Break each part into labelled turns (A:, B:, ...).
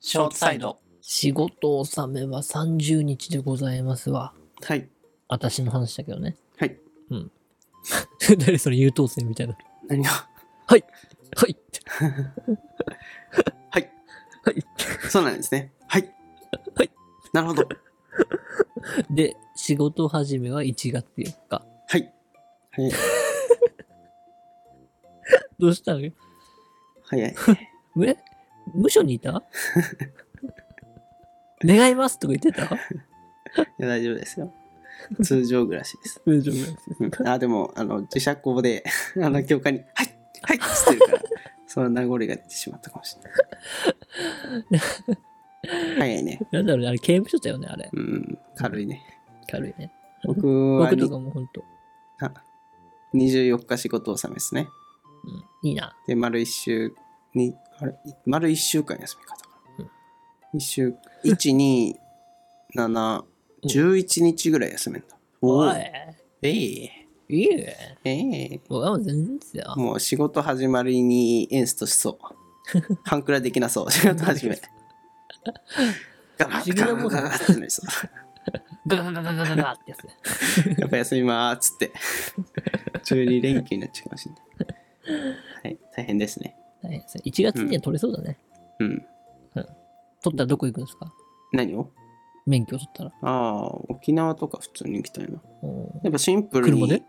A: ショートサイド。
B: 仕事納めは30日でございますわ。
A: はい。
B: 私の話だけどね。
A: はい。
B: うん。誰それ優等生みたいな。
A: 何が
B: はいって。
A: はい。
B: はい。
A: そうなんですね。はい。
B: はい。
A: なるほど。
B: で、仕事始めは1月4日。
A: はい。はい。
B: どうしたのえ
A: 早い。
B: 無所にいた 願いますとか言ってた
A: いや大丈夫ですよ。通常暮らしです。
B: 大丈夫です。
A: うんあ、でも、あの、自社校で、 あの、教科に、はいはいっつってるから、その名残が出てしまったかもしれ ない。早いね。
B: なんだろうね、あれ刑務所だよね、あれ。
A: うん、軽いね。
B: 軽いね。
A: 僕は
B: 僕と
A: に
B: かもほんと。
A: あ24日仕事納めですね。
B: うん、いいな。
A: で、丸1週に、あれ丸1週間休み方か
B: う。
A: なん1週、1、2、7、11日ぐらい休めんだ。
B: おい
A: ー。ええ
B: いいね。
A: ええ
B: 僕はもう全然ですよ。
A: もう仕事始まりにエンストしそう。半クラできなそう。仕事始め。ガラッガラッガラッってなりそ
B: ガガガガガガガってやつね。
A: う。やっぱ休みまーっつって。12連休になっちゃうかもしれない。はい、大変ですね。
B: 大変ですね1月には取れそうだね。
A: うん。
B: 取ったらどこ行くんですか
A: 何を
B: 免許取ったら。
A: ああ、沖縄とか普通に行きたいな。
B: おー
A: やっぱシンプルに。
B: 車で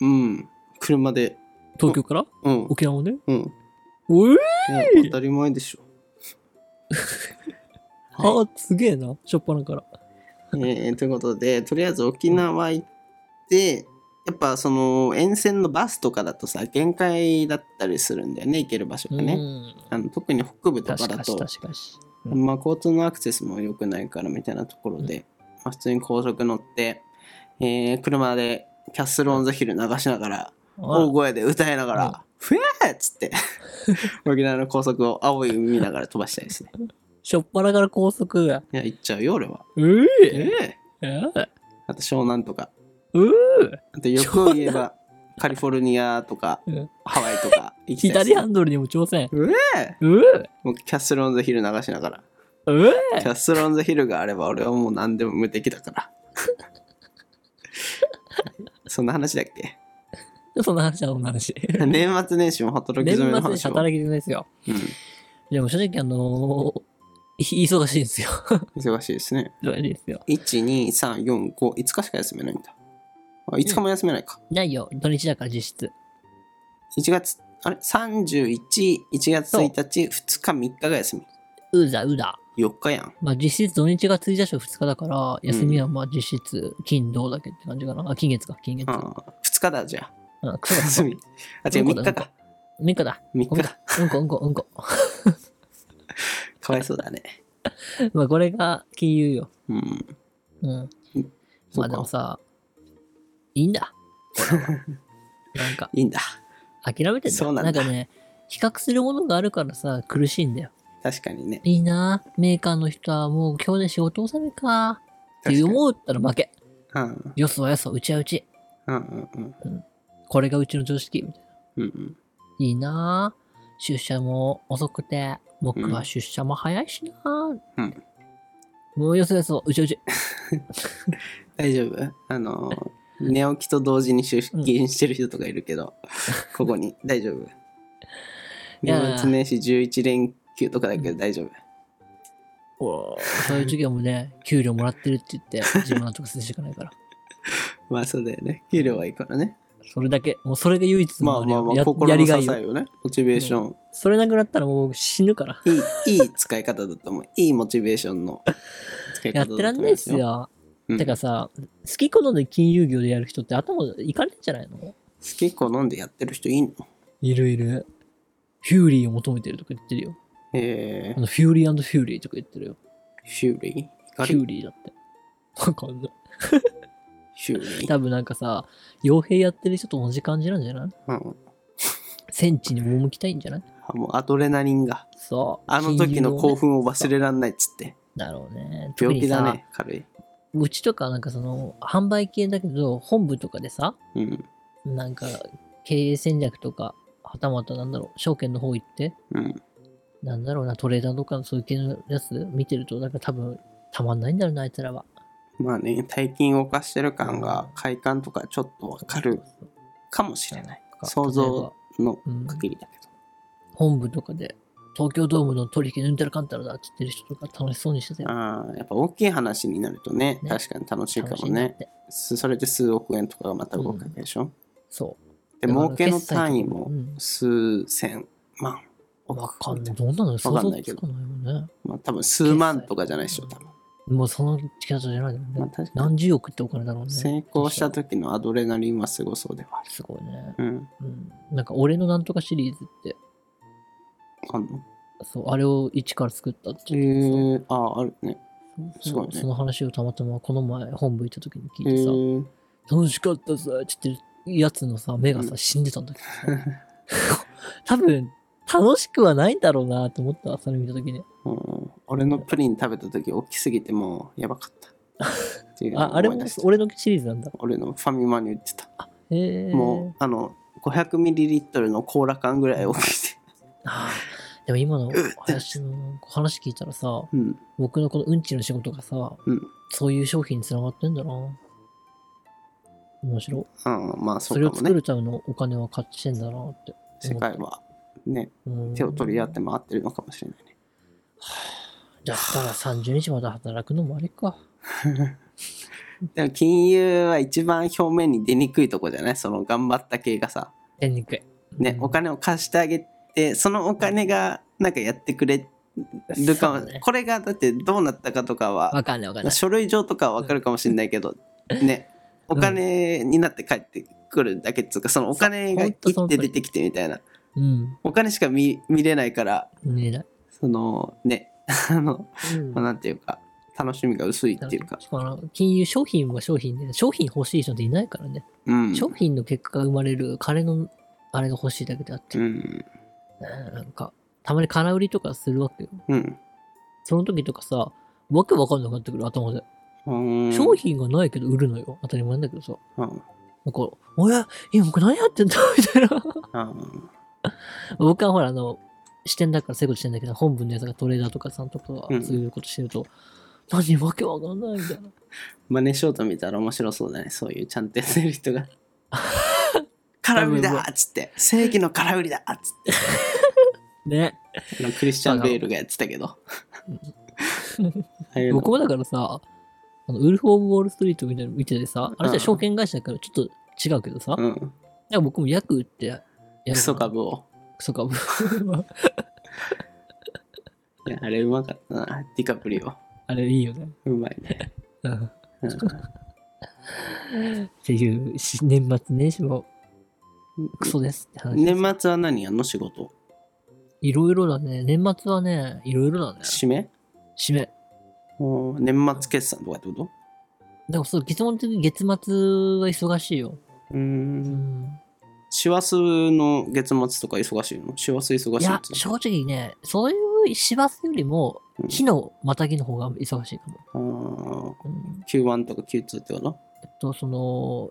A: うん。車で。
B: 東京から
A: うん。
B: 沖縄までう
A: うん。
B: え
A: いや当たり前 でしょ。
B: ああ、すげえな。しょっぱなから。
A: えーということで、とりあえず沖縄行って、やっぱその沿線のバスとかだとさ、限界だったりするんだよね、行ける場所
B: う
A: がね。
B: ん。
A: あの特に北部とか
B: 確
A: だ
B: かし、
A: と、
B: 確かし。うん
A: まあ、交通のアクセスも良くないからみたいなところで、まあ、普通に高速乗って、えー車でキャッスル・オン・ザ・ヒル流しながら、大声で歌いなが
B: うん
A: ら、ふえーっつって、 沖縄の高速を青い海見ながら飛ばしたいですね。
B: しょっぱなから高速。う
A: いや、行っちゃうよ、俺は。
B: え
A: ええ
B: え
A: あと湘南とか。
B: うえ
A: あと欲を言えばカリフォルニアとか
B: うん
A: ハワイとか行きた
B: 左
A: いです
B: ハンドルにも挑戦。
A: うえ
B: うえ
A: もうキャッスル・オン・ザ・ヒル流しながら
B: うえ
A: キャッスル・オン・ザ・ヒルがあれば俺はもう何でも無敵だから そんな話だっけ
B: そんな話だ、そんな話。
A: 年末年始も働き
B: 年末
A: 詰めの
B: 年
A: 話
B: 始
A: も、
B: 働きてないですよ。
A: うん、
B: いや、もう正直、あのー、い忙しいんですよ。
A: 忙しいですね
B: 忙しいですよ。
A: 12345日しか休めないんだあ5日も休めないか、
B: ないよ、土日だから実質。
A: 1月あれ311 1月1日2日3日が休み
B: うだうだ。
A: 4日やん
B: まあ実質土日が1日と2日だから、休みはまあ実質金土だけって感じかな。あ、金月か、金月。
A: あ2日だじゃあ
B: うん、クソだ。
A: 休み。あ、違う、
B: うんこ
A: 3
B: だ
A: 日か。
B: 3日だ。
A: 3日だ。
B: うんこ、うんこ、うんこ。
A: かわいそうだね。
B: まあこれが金融よ。
A: うん。
B: うん。
A: そ
B: まあ
A: う
B: でも
A: か。
B: さ、いいんだ。 これはなんか、
A: いいんだ。
B: 諦めてんだ。
A: そうなんだ
B: かね、比較するものがあるからさ、苦しいんだよ。
A: 確かにね。
B: いいなメーカーの人はもう今日で仕事納めか。って思ったら負け。
A: うん。
B: よそはよそ、うちはうち。
A: うんうんうん。
B: これがうちの常識。みたいな
A: うんうん。
B: いいな出社も遅くて、僕は出社も早いしな、
A: うん
B: もうよそよそ、うちはうち。
A: 大丈夫あのー、寝起きと同時に出勤してる人とかいる けど、ここに。大丈夫
B: やー
A: 年末年始11連休とかだけど大丈夫。
B: そういう授業もね、給料もらってるって言って、自分はとかするしかないから。
A: まあそうだよね。給料はいいからね。
B: それだけ、もうそれが唯一
A: ま
B: のあ
A: あ
B: れ
A: まあ
B: よ
A: まあ、
B: や
A: 心
B: や
A: の
B: り
A: 支
B: がいよ。
A: えをね。モチベーション。
B: それなくなったらもう死ぬから。
A: いい、いい使い方だと思う。いいモチベーションの使い
B: やっ
A: 方だと
B: て
A: 思い
B: ら
A: ま
B: んないっす。よ。
A: うん
B: てかさ、好き好んで金融業でやる人って頭いかないんじゃないの
A: 結構飲んでやってる人いいの
B: いるいる。フューリーを求めてるとか言ってるよ。
A: えー
B: あ、のフューリーフューリーとか言ってるよ。
A: ヒューリー
B: フ
A: 怒
B: ュ
A: り
B: ーリーだって。わかんない。
A: ヒューリー。
B: 多分なんかさ、傭兵やってる人と同じ感じなんじゃない
A: うん、
B: 戦地に赴きたいんじゃない
A: あもうアドレナリンが。
B: そう。
A: あの時
B: 金
A: の
B: 融
A: 興
B: をね
A: 奮を忘れらんないっつって。
B: だろうね。
A: 病
B: 特
A: 気
B: にさ
A: だね、軽い。
B: うちとかなんかその、販売系だけど、本部とかでさ、
A: うん。
B: なんか経営戦略とか、はたまたなんだろう、証券の方行って、
A: うん。
B: なんだろうな、トレーダーとかのそういう系のやつ見てると、なんか多分、たまんないんだろうな、あいつらは。
A: まあね、大金を犯してる感が快感とかちょっとわかるかもしれない。想像の限りだけど。
B: 本部とかで、東京ドームの取引抜いたらかんたらだって言ってる人とか楽しそうにしてたよ。
A: ああ、やっぱ大きい話になるとね、
B: ね
A: 確かに楽しいか
B: 楽し
A: も
B: いなっ
A: ね。
B: て。
A: すそれで数億円とかがまた動くわけでしょ。
B: そう。
A: で、
B: だから
A: 儲けの単位も
B: うん
A: 数千万。
B: わかんない。どんなの想
A: わかんな
B: 像
A: いけ
B: つ
A: ど
B: かないよね。
A: まあ多分数万とかじゃないでしょ、多分。
B: もうその力じゃないよね。
A: まあ確かに
B: 何十億ってお金だろうね。
A: 成功した
B: と
A: 時のアドレナリンはすごそうではある。
B: すごいね。
A: うん。
B: うん。なんか、俺のなんとかシリーズって、
A: あんの
B: そう、あれを一から作ったって
A: え
B: 言ってさ
A: ー、ああ、あるね。すごいね
B: その話をたまたまこの前本部行った時に聞
A: え
B: いてさ、
A: ー、
B: 楽しかったさって言ってるやつのさ、目が
A: う
B: さ、
A: ん
B: 死んでたんだけど さ。多分、楽しくはないんだろうなと思った、それ見た時に。
A: うん、俺のプリン食べた時大きすぎてもうやばかった。っていうの
B: あ、
A: を
B: あれ
A: 思い
B: も
A: 出した
B: 俺のシリーズなんだ。
A: 俺のファミマに売ってた。
B: へえ。
A: もう、あの、500ml のコーラ缶ぐらい大きく て。
B: あーでも今の林の話聞いたらさ、
A: うん。
B: 僕のこのうんちの仕事がさ、
A: うん
B: そういう商品につながってんだな。面白い。
A: ああまあ
B: そ
A: そう
B: れを
A: かも
B: 作
A: ね。
B: るためのお金は勝ちてんだなって。
A: 世界はね、
B: うん
A: 手を取り合って回ってるのかもしれないね。
B: だから30日まで働くのもあれか。
A: でも金融は一番表面に出にくいとこじゃないその頑張った系がさ。
B: やりにくい。
A: ね、お金を貸してあげて、そのお金がなんかやってくれるかも、
B: そうね
A: これがだってどうなったかとかは、
B: わかんないわかんない。
A: 書類上とかは分かるかもしれないけど、ね、お金になって帰ってくるだけっていうか、そのお金が
B: そうほん
A: 切
B: とその
A: っ
B: 通
A: て
B: り
A: 出てきてみたいな。
B: うん。
A: お金しか見見れないから、
B: 見えない。
A: そのね、 あの、
B: うん
A: まあ、なんていうか、楽しみが薄いっていうか、
B: しかもあの金融商品は商品で、商品欲しい人っていないからね。
A: うん。
B: 商品の結果が生まれる金のあれが欲しいだけであって、
A: うん。
B: うんなんか、たまに空売りとかするわけよ。
A: うん。
B: その時とかさ、わけわかんなくなってくる頭で。
A: うん
B: 商品がないけど売るのよ。当たり前だけどさ。
A: うん
B: なんか、おや、今僕何やってんだ みたいな。
A: うん
B: 僕はほら、あの、視点だからそういうことしてんだけど、本文のやつがトレーダーとかさんとかは
A: うん
B: そういうことしてると、何わけわかんないみたいな。
A: 真似しようと見たら面白そうだね。そういうちゃんとやってる人 が。空売りだーっつって。正義の空売りだーっつっ
B: ね。
A: て。あのクリスチャン・ベールがやってたけど。ああいうの
B: 僕もだからさ、あのウルフ・オブ・ウォール・ストリートみたいなの見ててさ、あれじゃ証券会社だからちょっと違うけどさ、
A: うん。
B: なんか僕も役売ってやる
A: クソ株を。
B: クソ株。
A: いやあれうまかったな。ディカプリオ。
B: あれいいよね。
A: うまいね。
B: うん
A: うん
B: っていうし年末年始もクソですって話です。
A: 年末は何やんの仕事。
B: いろいろだね。年末はね、いろいろだね。
A: 締め
B: 締め。
A: おー年末決算とかってこと
B: でもそう、基本的に月末は忙しいよ。
A: うー。
B: うんん。
A: 師走の月末とか忙しいの師走忙
B: い
A: しいっ
B: や、
A: つ
B: 正直ね、そういう師走よりも、
A: うん
B: 日のまたぎの方が忙しいかも。
A: うの。
B: うん、
A: あー Q1 とか Q2 ってこと
B: えっと、その、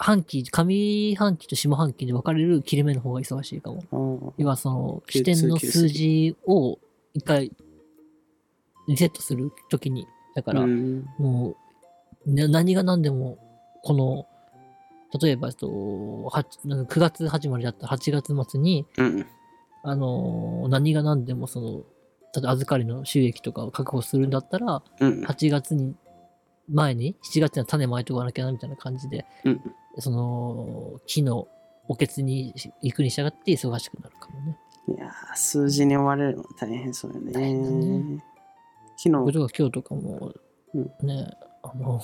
B: 半期、上半期と下半期で分かれる切れ目の方が忙しいかも。
A: あー
B: 要はその、
A: Q2
B: 視点の数字を一回リセットするときに、だから、
A: うん
B: もう、な何が何でも、この、例えば、えっと、はちなんか9月始まりだったら8月末に、
A: うん。
B: あのー何が何でも、その、例えば預かりの収益とかを確保するんだったら、
A: うん。
B: 8月に、前に、7月には種まいておかなきゃな、みたいな感じで、
A: うん
B: その、木のおけつに行くに従って忙しくなるかもね。
A: いやー数字に追われるの大変そうよね。
B: 大変だね
A: 昨
B: 僕
A: 日、
B: とか今日とかも
A: うん、
B: ね、あの、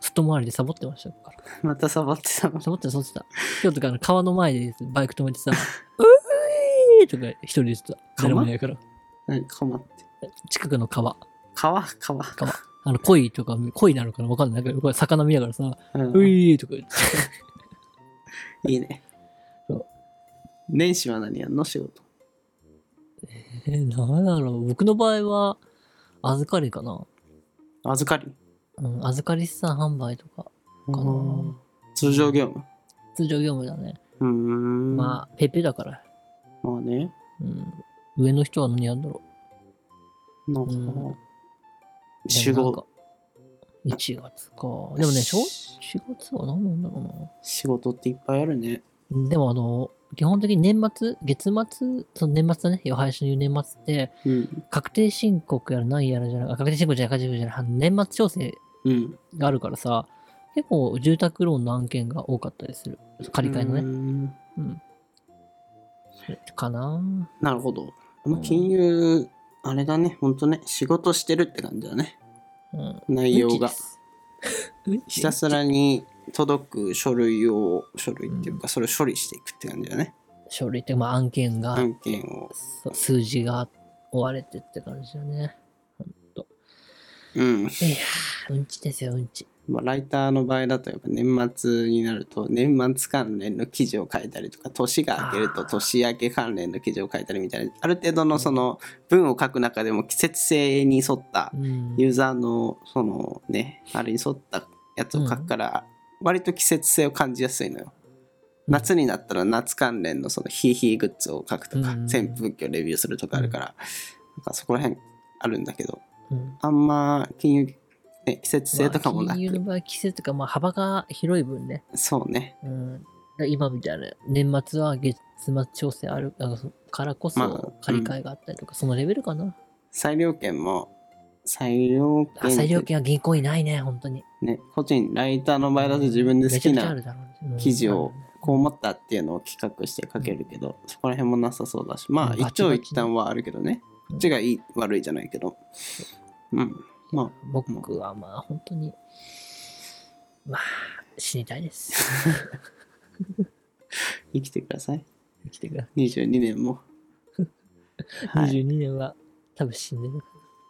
B: 外回りでサボってましたから。
A: またサボってたの。
B: サボってた、サボってた。今日とかあの川の前でバイク止めてさ、うーいとか一人で言ってた。
A: 川
B: 目の前やから。
A: 何か困って。
B: 近くの川。
A: 川川
B: 川。あの、鯉とか、鯉なのかなわかんないけど、これ魚見ながらさ、
A: う、
B: うんいーとか言って。
A: いいね
B: そう。
A: 年始は何やんの仕事。
B: えー、なんだろう。僕の場合は、預かりかな。
A: 預かり
B: うん、預かり資産販売とか、かな
A: うん通常業務。
B: 通常業務だね。
A: うーん。
B: まあ、ペイペイだから。
A: まあね。
B: うん。上の人は何やるんだろ
A: なんか、
B: うんう。
A: 集
B: でも
A: 合、
B: なんか。1月か。でもね、小4月は何なんだろうな。
A: 仕事っていっぱいあるね。
B: でもあの、基本的に年末、月末、その年末だね、要は配信の年末って、
A: うん。確
B: 確定申告やら何やらじゃなく、あ確定申告じゃない、確定申告じゃない、年末調整
A: うん。
B: があるからさ、結構住宅ローンの案件が多かったりする。借り換えのね。
A: ね。
B: うん。それかな
A: なるほど。まあ、金融、あれだね、ほんとね、仕事してるって感じだね。
B: うん。
A: 内容が。。
B: うんち
A: ひたすらに届く書類を、書類っていうか、それを処理していくって感じだね。
B: 書類って、まあ案件が、
A: 案件を。
B: そう数字が追われてって感じだね。
A: うん。
B: いやー、うんちですよ、うんち。
A: まあ、ライターの場合だと、やっぱ年末になると、年末関連の記事を書いたりとか、年が明けると
B: あー
A: 年明け関連の記事を書いたりみたいな、ある程度のその文を書く中でも季節性に沿った
B: うん。
A: ユーザーのそのね、あれに沿ったやつを書くから、割と季節性を感じやすいのよ。夏になったら夏関連のそのヒーヒーグッズを書くとか、
B: うん
A: 扇風機をレビューするとかあるから、なんかそこら辺あるんだけど、
B: うん
A: あんま金融、ね、季節性とかも
B: ま
A: な
B: あ
A: く、
B: 金融の場合、季節とか、まあ、幅が広い分ね。
A: そうね。
B: うん、今みたいな、年末は月末調整あるあのそからこ
A: まあ
B: そ、借り換えがあったりとか、そのレベルかな。
A: 裁量権も裁量権
B: あ裁量権は銀行にないね、本当に。
A: ね個人ライターの場合だと自分で好き
B: めちゃくちゃあ
A: な
B: るだろうね
A: 記事をこう
B: うん
A: 思ったっていうのを企画して書けるけどそこら辺もなさそうだしまあ
B: うんバ
A: 一
B: チバ
A: 長
B: チ
A: 一短はあるけどね
B: うん
A: こっちがいい悪いじゃないけどうんま
B: 僕はまあ、本当に、まあ、死にたい です。
A: あ生きてください
B: 生きてくだ
A: 22 年も
B: さ。
A: はいい
B: 22年は多分死んでる。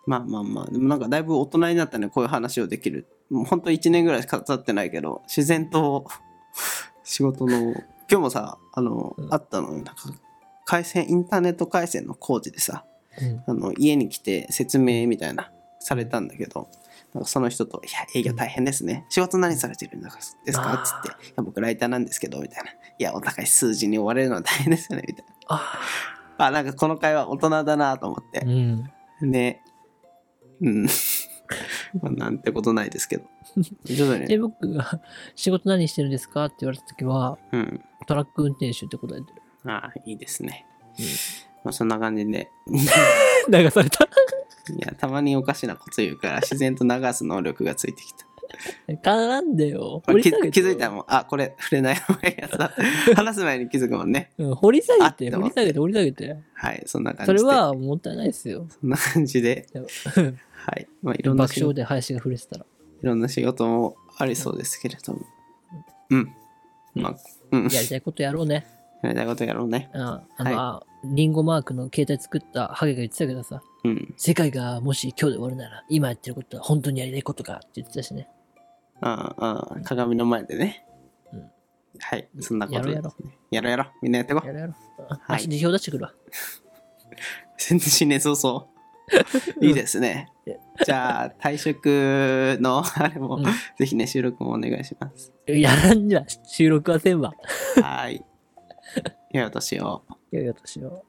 A: まあまあまあでもなんかだいぶ大人になったねこういう話をできるもうほんと1年ぐらいしか経ってないけど自然と 仕事の今日もさあの、
B: うん
A: あったのよなんか回線インターネット回線の工事でさ
B: うん
A: あの家に来て説明みたいなされたんだけどなんかその人と「いや営業大変ですね仕事何されてるんですか?」っつって
B: あ
A: 「いや僕ライターなんですけど」みたいな「いやお高い数字に追われるのは大変ですよね」みたいな
B: あ
A: あなんかこの会話大人だなと思って
B: あ、うん。
A: ね。うん。 まあ、なんてことないです けど。徐々
B: で、
A: に。
B: 僕が仕事何してるんですかって言われた時は、
A: うん。
B: トラック運転手って答えてる。
A: ああ、いいですね。
B: うん
A: まあ、そんな感じで。
B: 流された。
A: いや、たまにおかしなこと言うから、自然と流す能力がついてきた。
B: 絡んでよ。
A: これ気気づいた
B: も
A: もん。あ、これ、触れない方がいいやつ だ。話す前に気づくもんね。
B: ん。うん、掘り下
A: あ
B: げ、
A: ってて
B: 掘
A: 思
B: り
A: っ
B: 下げて、掘り下げて。
A: はい、そんな感じ
B: そ
A: で。
B: れはもったいないですよ。
A: そんな感じで。
B: でも
A: はい。まあ、いろんな
B: 爆
A: 仕
B: 笑
A: 事、
B: で林が触れてたら。
A: いろんな仕事もありそうですけれども。うん。まあ、うん。
B: やりたいことやろうね。
A: やりたいことやろうね。
B: うん、あの、
A: はい
B: あリンゴマークの携帯作ったハゲが言ってたけどさ、
A: うん。
B: 世界がもし今日で終わるなら、今やってることは本当にやりたいことかって言ってたしね。
A: ああああ、鏡の前でね。
B: うん
A: はい、そんなこと
B: やろうやろ
A: ですねやろうやろう。 みんなやってこ
B: や。ろうやろう。あ
A: はい
B: 足で表出してくるわ。
A: 全然新年早々。 いいですね。じゃあ、退職のあれも、
B: うん
A: ぜひね、収録もお願いします。
B: やらんじゃ、収録はせんわ。
A: はい。良いお年を。
B: よいよとしよう。